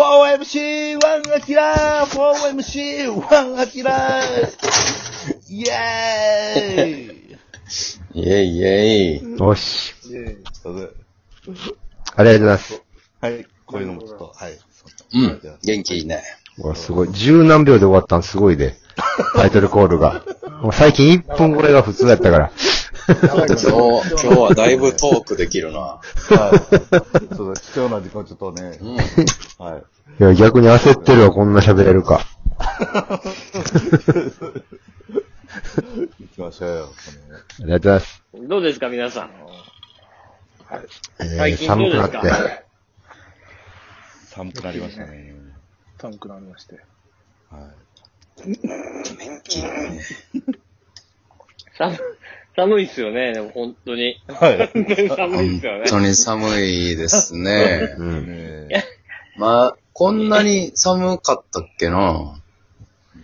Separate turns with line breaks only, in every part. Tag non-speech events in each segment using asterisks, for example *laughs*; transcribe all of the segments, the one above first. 4MC1 アキラー !4MC1 アキラーイェーイ
イェイイェイ。
よし。
イェーイちょっとね
ありがとうございます。
はい、こういうのもちょっと、はい。
うん。元気いいね。
うわ、すごい。十何秒で終わったんすごいで。タイトルコールが。もう最近1分これが普通やったから。
今日、今日はだいぶトークできるな。
はい。ちょっと貴重な時間ちょっとね、
うん。
はい。
いや、逆に焦ってるわ、こんな喋れるか。
行きましょうよ。
ありがとうございます。
どうですか、皆さん。
えー
最近ど
寒
うで
く
す
な
か
って。
寒くなりましたね。
寒くなりまして。
は
寒、寒いっすよね、でも本当に。
い。はい。
本当に寒いっ
本
すよね。
当に寒いですね。
うん。
ね
*laughs* まあ、こんなに寒かったっけな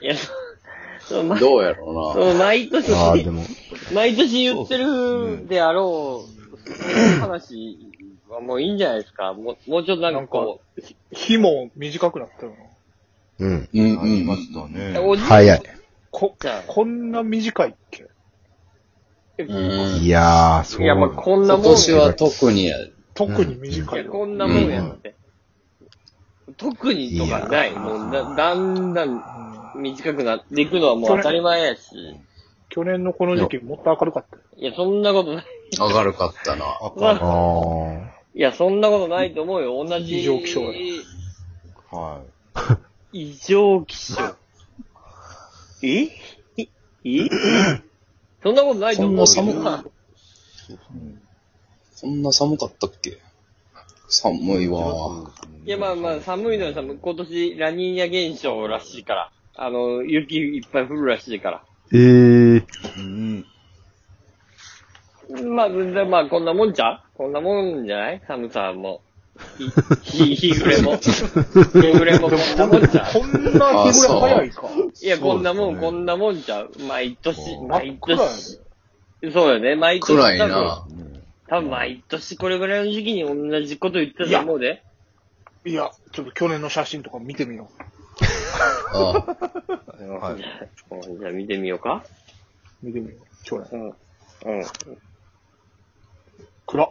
い
や、そそう、ま、
どうやろうな。
そう毎年、
ああ、でも、
毎年言ってるであろう、そういう話はもういいんじゃないですか。もう、もうちょっとなんかこ
日も短くなったよな。
うん。
うん
え。あり
う
ま
ん。
した
う、
ね。
おじ
早い。
こ、こんな短いっけ
うん
いやー、そう。
いや、まあ、こん
今
なもん。
年は特にや。
特に
い
短い
や、
よ。
こんなもんやって。特にとかない。
いやー
もうだ、だんだん
うん
短くなっていくのはもう当たり前やし。
去年のこの時期もっと明るかったよ。
いや、そんなことない。
明るかったな。
あ
ま
か
あ
あ
いや、そんなことないと思うよ。同じ。
異常気象や
ん。はい。
異常気象。えええそんなことないと思うよ。
そんな寒くこんな寒かったっけ寒いわ。
いや、まあまあ、寒いのは寒い。今年、ラニーニャ現象らしいから。あの、雪いっぱい降るらしいから。
ー。えー。
うん。
まあ、全然まあ、こんなもんじゃうこんなもんじゃない寒さも。ひ、ひ、日暮れも。日暮れもこんなもんじゃう
こんな日ぐらい早いか。
いや、こんなも
そうです
ん、
ね
こんなもんじゃう毎年、
そう
真
毎
っ暗や
年。そうよね、毎年。
暗い
多分
な。
多分毎年これぐらいの時期に同じこと言ってたと思うで。
で。いや、ちょっと去年の写真とか見てみよ
あ
はい。
うんじゃあ見てみようか。
う。見てみよう。去年。
うん。うん。
暗っ。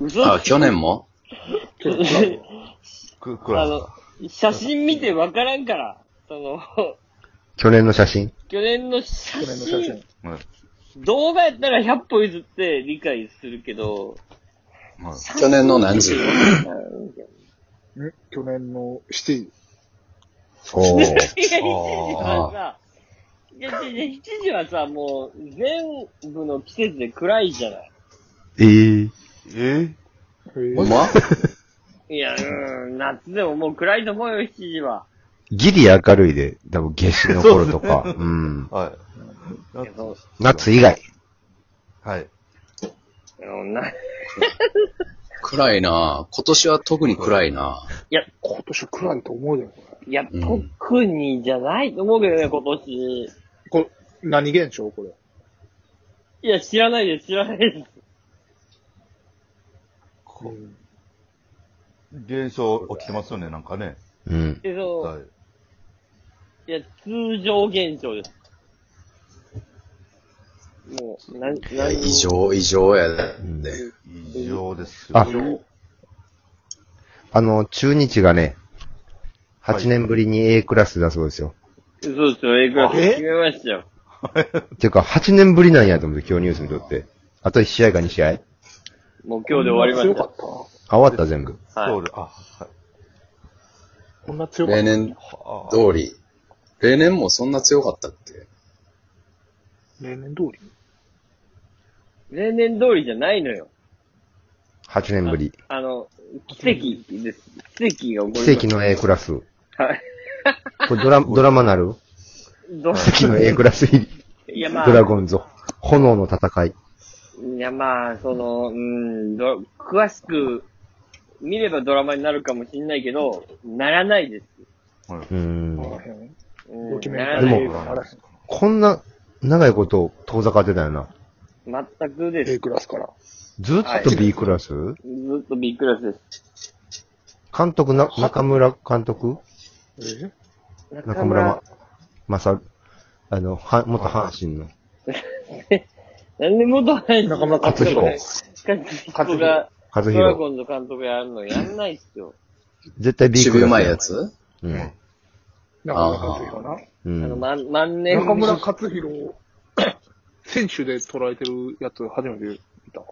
嘘
あ、
あ
去年も
く、くら
の、写真見てわからんから。その、
去年の写真。
去年の写
去年の写真
*laughs* 真、。動画やったら100歩譲って理解するけど、
去年の何時
ん去年の7時。
おー。
いや、7時はさ、いや、いやいや7時はさ、もう、全部の季節で暗いじゃない。
えー。
え
ほん
へ
ま
いや、うん、夏でももう暗いと思うよ、7時は。
ギリ明るいで、多分夏至の頃とか。うん。
はい。
いやそう
夏以外。
はい。
うんな
暗いな。今年は特に暗いな。
今年暗いと思うよ、こ
いや、
うん
特にじゃないと思うけどね、今年。
れ。これ、何現象これ。
いや、知らないです、知らないです。
現象起きてますよね、なんかね。
うん。
え
は
そ
い。
う、いや、通常現象です。もう、な、
いや、
な
異。常、異常やで。
異常ですよ。
あ、あの、中日がね、8年ぶりに A クラスだそうですよ。
そうですよ、A クラス
え
決めましたよ。
ていうか、8年ぶりなんやと思って、今日ニュース見とって。あと1試合か2試合あ、
もう今日で終わりま
強
し
か
た
っ。たな。
終わった全部。
はい
そうであ、はい。
こんな強かっ
例。
た
年
はあ
通り。例年もそんな強かったっけ
例年通り
例年通りじゃないのよ。
8年ぶり。
あの、奇跡です。奇跡が起こ
奇
る。
跡の A クラス。こ
はい。
れドラ、ドラマなる
どう
奇跡の A クラス入り。
いや、まあ
ド、ラゴンズ。炎の戦い。
いや、まあ、その、うん、ど詳しく見ればドラマになるかもしれないけど、ならないです。
うーん。
あらへん。
うん
ドキュメ
な
ンタ
ら
リ
な
ー
い
映画あらへん。
こんな長いこと遠ざかってたよな。
全くです。
A クラスから。
ずっと B クラス、
ずっと B クラスです。
監督な、中村監督
え
中村ま、まさ、あの、は、元阪神の。
なんで元阪
中村
勝彦
勝彦が、
和
ド
弘。
ラゴンズ監督やるのやんないっすよ。
絶対 B クラス。
渋うまいやつ
うん。
中村克弘な。
う
あの、
ん。
万万年
中村克弘を *coughs* 選手で捉えてるやつ初めて見たわ。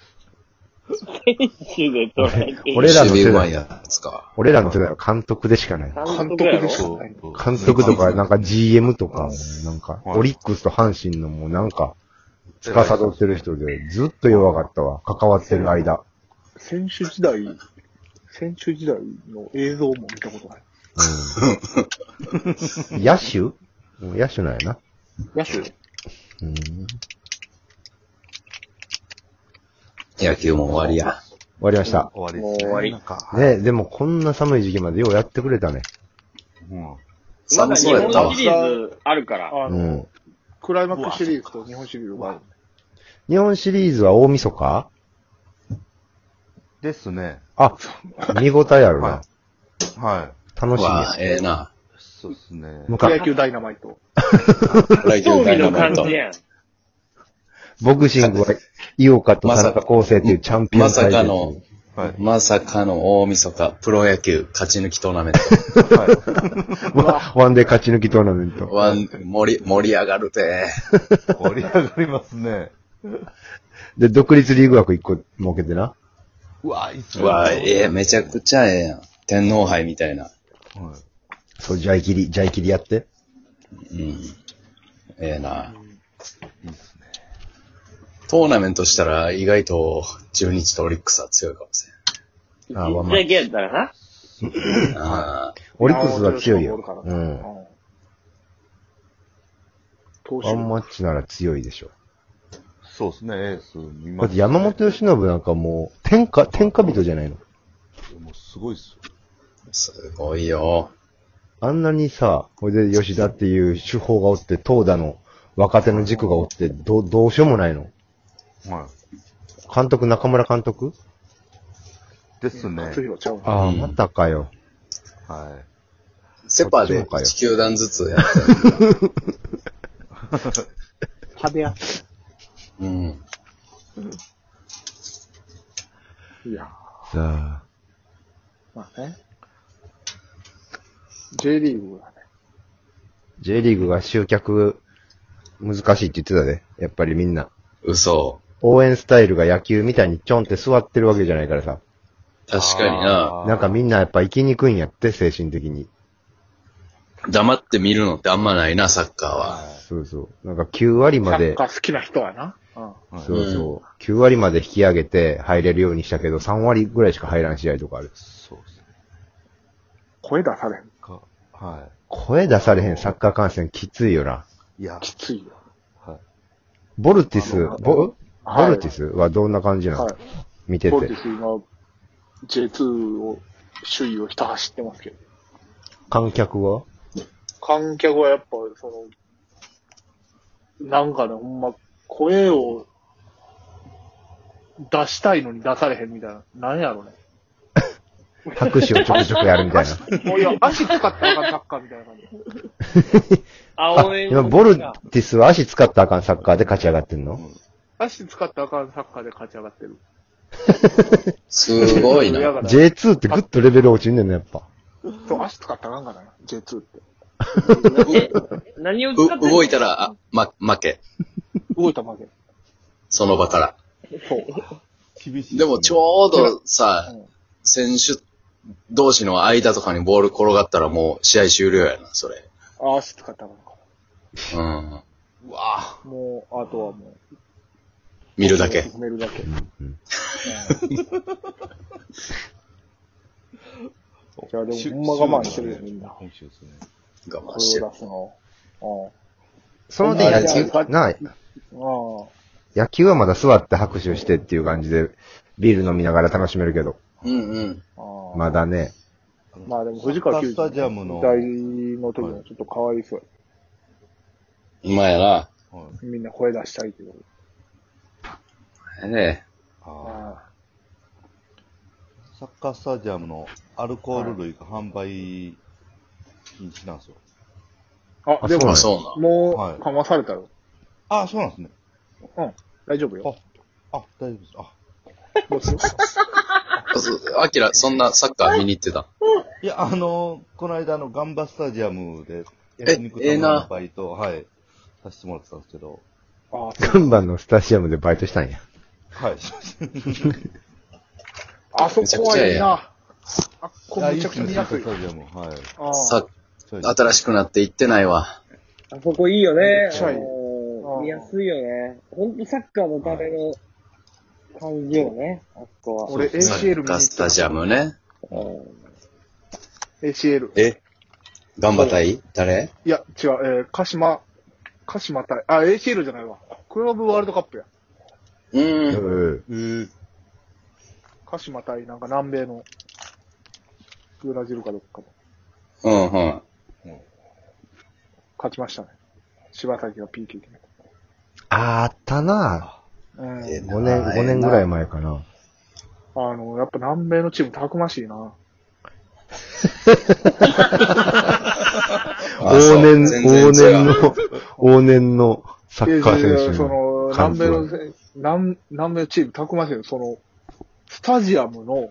選手で捉えている。
俺らの
渋
世
うまい
代、
やつか。 *laughs*
俺らの世代は監督でしかない。
監
監督
督やろ
でしょ。はい
監督とか、なんか GM とか、なんか、オリックスと阪神のもうなんか、司ってる人で、ずっと弱かったわ。関わってる間。
選手時代、選手時代の映像も見たことない。
*laughs* うん。野手うん野手なんやな。
野手
うん。
野球も終わりや。
終わりました。
終わりです、ね。
もう終わり
なんか、
ね、でもこんな寒い時期までようやってくれたね。
うん。
まだ
寒
日
そうやった
本
わ
シ。リーズあるから。
あ
う
の、
ん。
クライマックスシリーズと日本シリーズがある。
日本シリーズは大晦日
ですね。
あ、見応えあるな
は。は
楽しみや
わあ、。ええな。
い。そうですね。
む
プ
か
ロ野球ダイナマイト。
来
興
球ダ
味
イナ
の
マイ
感
ト
じ。やん。
ボクシングは、井岡と田中康生っていうチャンピオン
まさ
対
か
決。
の、
はい。
まさかの大晦日、プロ野球勝ち抜きトーナメン
*laughs*
は
ワワンデー勝ち抜きトーナメン
ト。
ト。
わん盛り、盛り上がる
*laughs*
て。
い。盛り上がりますね。
で、独立リーグ枠1個設けてな。
うわ、いつ
うわあ、ええ、めちゃくちゃええやん。天皇杯みたいな。
はい
そう、ジャイキリ、ジャイキリやって。
うん。ええな。
いいっすね。
トーナメントしたら意外と中日とオリックスは強いかもし
一
あまあ
日だけやったらな。
れん。ああ。
オリックスは強い
あ
よ。
の女子のボール
う
から
ん。
うん。投
ワン
手。
マッチなら強いでしょ。
そうですね、エース見
だ
ま
っ
す、
て山本由伸なんかもう、天下、天下人じゃないの。
もうすごいっすよ。
すごいよ。
あんなにさ、これで吉田っていう主砲がおって、投打の若手の軸がおって、どう、どうしようもないの。
は
監督、中村監督
い。ですね。
勝弘ちゃう
ああ、
うん
またかよ。
は
セパで
こっち
1
もかよ
球団ずつや
*laughs*
った。
派手や。
うん。
いや、
さあ、
まあね。J リーグはね、
J リーグが集客難しいって言ってたで。やっぱりみんな。
嘘。
応援スタイルが野球みたいにちょんって座ってるわけじゃないからさ。
確かにな。
あー
なんかみんなやっぱ行きにくいんやって、精神的に。
黙って見るのってあんまないな、サッカーは。
そうそう。なんか9割
サ
ま
ッ
で
カ、ー好きな人はな。う
い。
ん。
はい、
そうそう。9割まで引き上げて入れるようにしたけど、3割ぐらいしか入らん試合とかある。
そうですね。
声出されん。
か、は
声出されへんサッカー観戦きついよな。
い。いや、
きついよ。
は
ボルティス、ボ、ボルティ
ス
スはどんな感じなの、
はい。
見てて
ボ。ルティス今、J2 を、首位をひた走ってますけど。
観客は
観客はやっぱ、その、なんかね、ほんま、声を出したいのに出されへんみたいな。なんやろね。
拍手をちょくちょくやるみたいな。
も *laughs* ういや、足使ったらあかんサッカーみたいな感じ。
あ
青、江
今ボルティスは足使ったらあかんサッカーで勝ち上がってんの
足使ったらあかんサッカーで勝ち上がってる。
すごい
だ
な。
から
?J2 ってぐっとレベル落ちんねんの、やっぱ。
そう、足使ったらあかんからな、J2 って。
え何を
う
使ってんの
動いたら、あ、ま、負け。
動いたまで。
その場から。
そう。
い。厳しいっすね、
でもちょうどさ
うん、
選手同士の間とかにボール転がったらもう試合終了やな、それ。
あ足使ったらあか
うん。
んか
うわ
ら。もう、あとはもう。
見るだけ。
進めるだけ。 *laughs*
うん
いや、でも、ほんま我慢してるよ、みんな。
本州ですね。
我慢して
声
る
を。出すの。う
その点野球
あ、
な、
ん。うん。
野球はまだ座って拍手してっていう感じで、ビール飲みながら楽しめるけど、
うんうん。
ああ
まだね。
まあでも、藤川球児
スタジアムの
大の時もちょっとかわいそうや。
うまいやな。
はい。
みんな声出したいけど。
え
あ
あ
ーサッカースタジアムのアルコール類が販売禁止なんですよ。
ーあ、で
え
も
あ、、そ
も、
はいう
かまされたよ。
ああ、そうなんですね。
大丈夫よ。
あ、大丈夫です。あ、
もうす
うなんあ。アキラ、そんなサッカー見に行ってた。
いや、あのーこの間、あの、ガンバスタジアムで、
え
焼肉
ええ
店
な
のバイト、はい、させてもらってたんですけど、
あ
ガンバのスタジアムでバイトしたんや。
はい。 *laughs*
あ、あそこはいいな。あ、こ
あ
れめちゃくちゃ見やすい
ス。タジアム、はい。
ああ
さ、
そうです。
新しくなって行ってないわ。
あそこいいよね。
っちゃいい
あの
うん
見やすいよね。ほんとサッカーのための感じよね、あそこは。
俺
サ
ACL 見
ッ
に
カ
行
ー
っ
スタ
た。
ジアムね。
うん、
ACL。
えガンバ対誰
いや、違う、えー、鹿島、鹿島対、あ、ACL じゃないわ。クラブワールドカップや。
う。
うんん。
えー、
鹿島対なんか南米の、ブラジルかどっか
う
の、
ん、うん。
勝ちましたね。柴崎が PK 決めた。
あったな
うん。
え
5年、五年ぐらい前かな。
あの、やっぱ南米のチームたくましいな。
あそう
往年、
全然違う
往年の、往年のサ
いや
ッカー
いやい
選
や
手
その、
感
南
想
米のせ、南、南米のチームたくましいよ。その、スタジアムの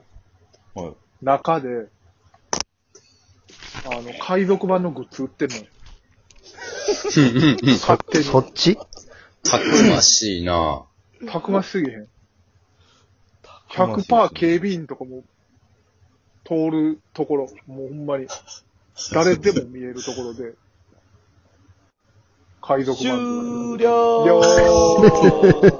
はい。
中で、あの、海賊版のグッズ売ってんのよ。勝手
そっち
たくましいな
に。たくましすぎへん。
まし
100%
い
警備員とかも、通るところ、もうほんまに、誰でも見えるところで、海賊版って言われる。
終了
了ー